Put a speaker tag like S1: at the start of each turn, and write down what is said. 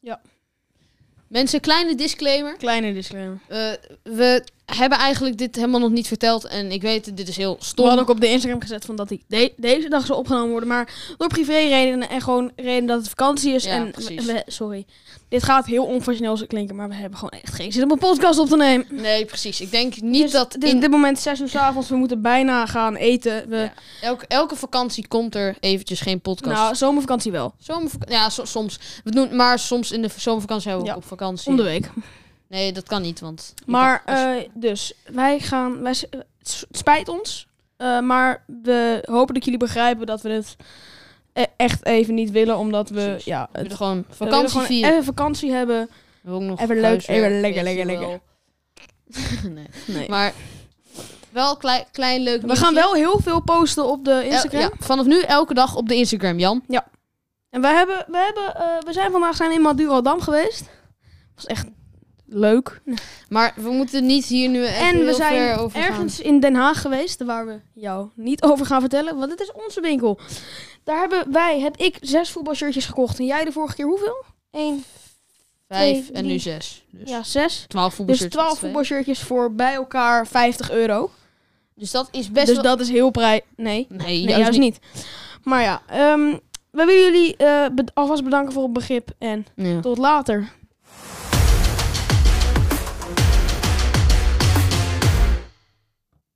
S1: Ja.
S2: Mensen, kleine disclaimer.
S1: Kleine disclaimer.
S2: Eh, we hebben eigenlijk dit helemaal nog niet verteld. En ik weet, het, dit is heel
S1: We
S2: stom.
S1: hadden ook op de Instagram gezet van dat die de- deze dag zou opgenomen worden. Maar door privéredenen en gewoon reden dat het vakantie is.
S2: Ja,
S1: en
S2: precies.
S1: we- sorry, dit gaat heel onprofessioneel zo klinken. Maar we hebben gewoon echt geen zin om een podcast op te nemen.
S2: Nee, precies. Ik denk niet
S1: Dus
S2: dat
S1: Dit
S2: in
S1: dit moment 6 uur 's avonds. We moeten bijna gaan eten. We,
S2: Ja, elke, elke vakantie komt er eventjes geen podcast.
S1: nou, zomervakantie wel.
S2: Zomervak- ja, so- soms. We doen, maar soms in de v- zomervakantie hebben we
S1: Ja.
S2: ook op vakantie.
S1: Om de week.
S2: Nee, dat kan niet, want... je
S1: Maar
S2: kan- als je-
S1: eh, dus, wij gaan. Wij, s- eh, het s- het spijt ons. eh, maar we hopen dat jullie begrijpen dat we dit eh, echt even niet willen. Omdat we.
S2: Precies.
S1: Ja,
S2: we
S1: het,
S2: willen gewoon
S1: we willen
S2: vakantie
S1: gewoon
S2: vieren.
S1: Even vakantie hebben.
S2: We hebben ook nog
S1: even leuk,
S2: huiswerk,
S1: even lekker,
S2: weet je
S1: lekker,
S2: wel. nee.
S1: Nee.
S2: Maar wel klein, klein leuk
S1: we
S2: nieuwtje.
S1: gaan wel heel veel posten op de
S2: El-
S1: Instagram.
S2: ja, vanaf nu elke dag op de Instagram, Jan.
S1: En we, hebben, we, hebben, eh, we zijn vandaag zijn in Madurodam geweest. Was echt leuk.
S2: Maar we moeten niet hier nu echt
S1: en
S2: heel
S1: we zijn
S2: ver over gaan.
S1: ergens in Den Haag geweest, waar we jou niet over gaan vertellen, want het is onze winkel. Daar hebben wij, heb ik zes voetbalshirtjes gekocht en jij de vorige keer hoeveel? Eén,
S2: Vijf
S1: twee,
S2: en nu
S1: drie.
S2: zes. Dus
S1: ja, zes.
S2: twaalf
S1: Dus
S2: voetbalshirts.
S1: twaalf
S2: twee.
S1: voetbalshirtjes voor bij elkaar 50 euro.
S2: Dus dat is best
S1: dus
S2: wel...
S1: dat is heel prij... Nee,
S2: Nee,
S1: nee
S2: juist
S1: juist, niet. Maar ja, ehm, we willen jullie eh, bed- alvast bedanken voor het begrip en
S2: niet. Ja.
S1: tot later.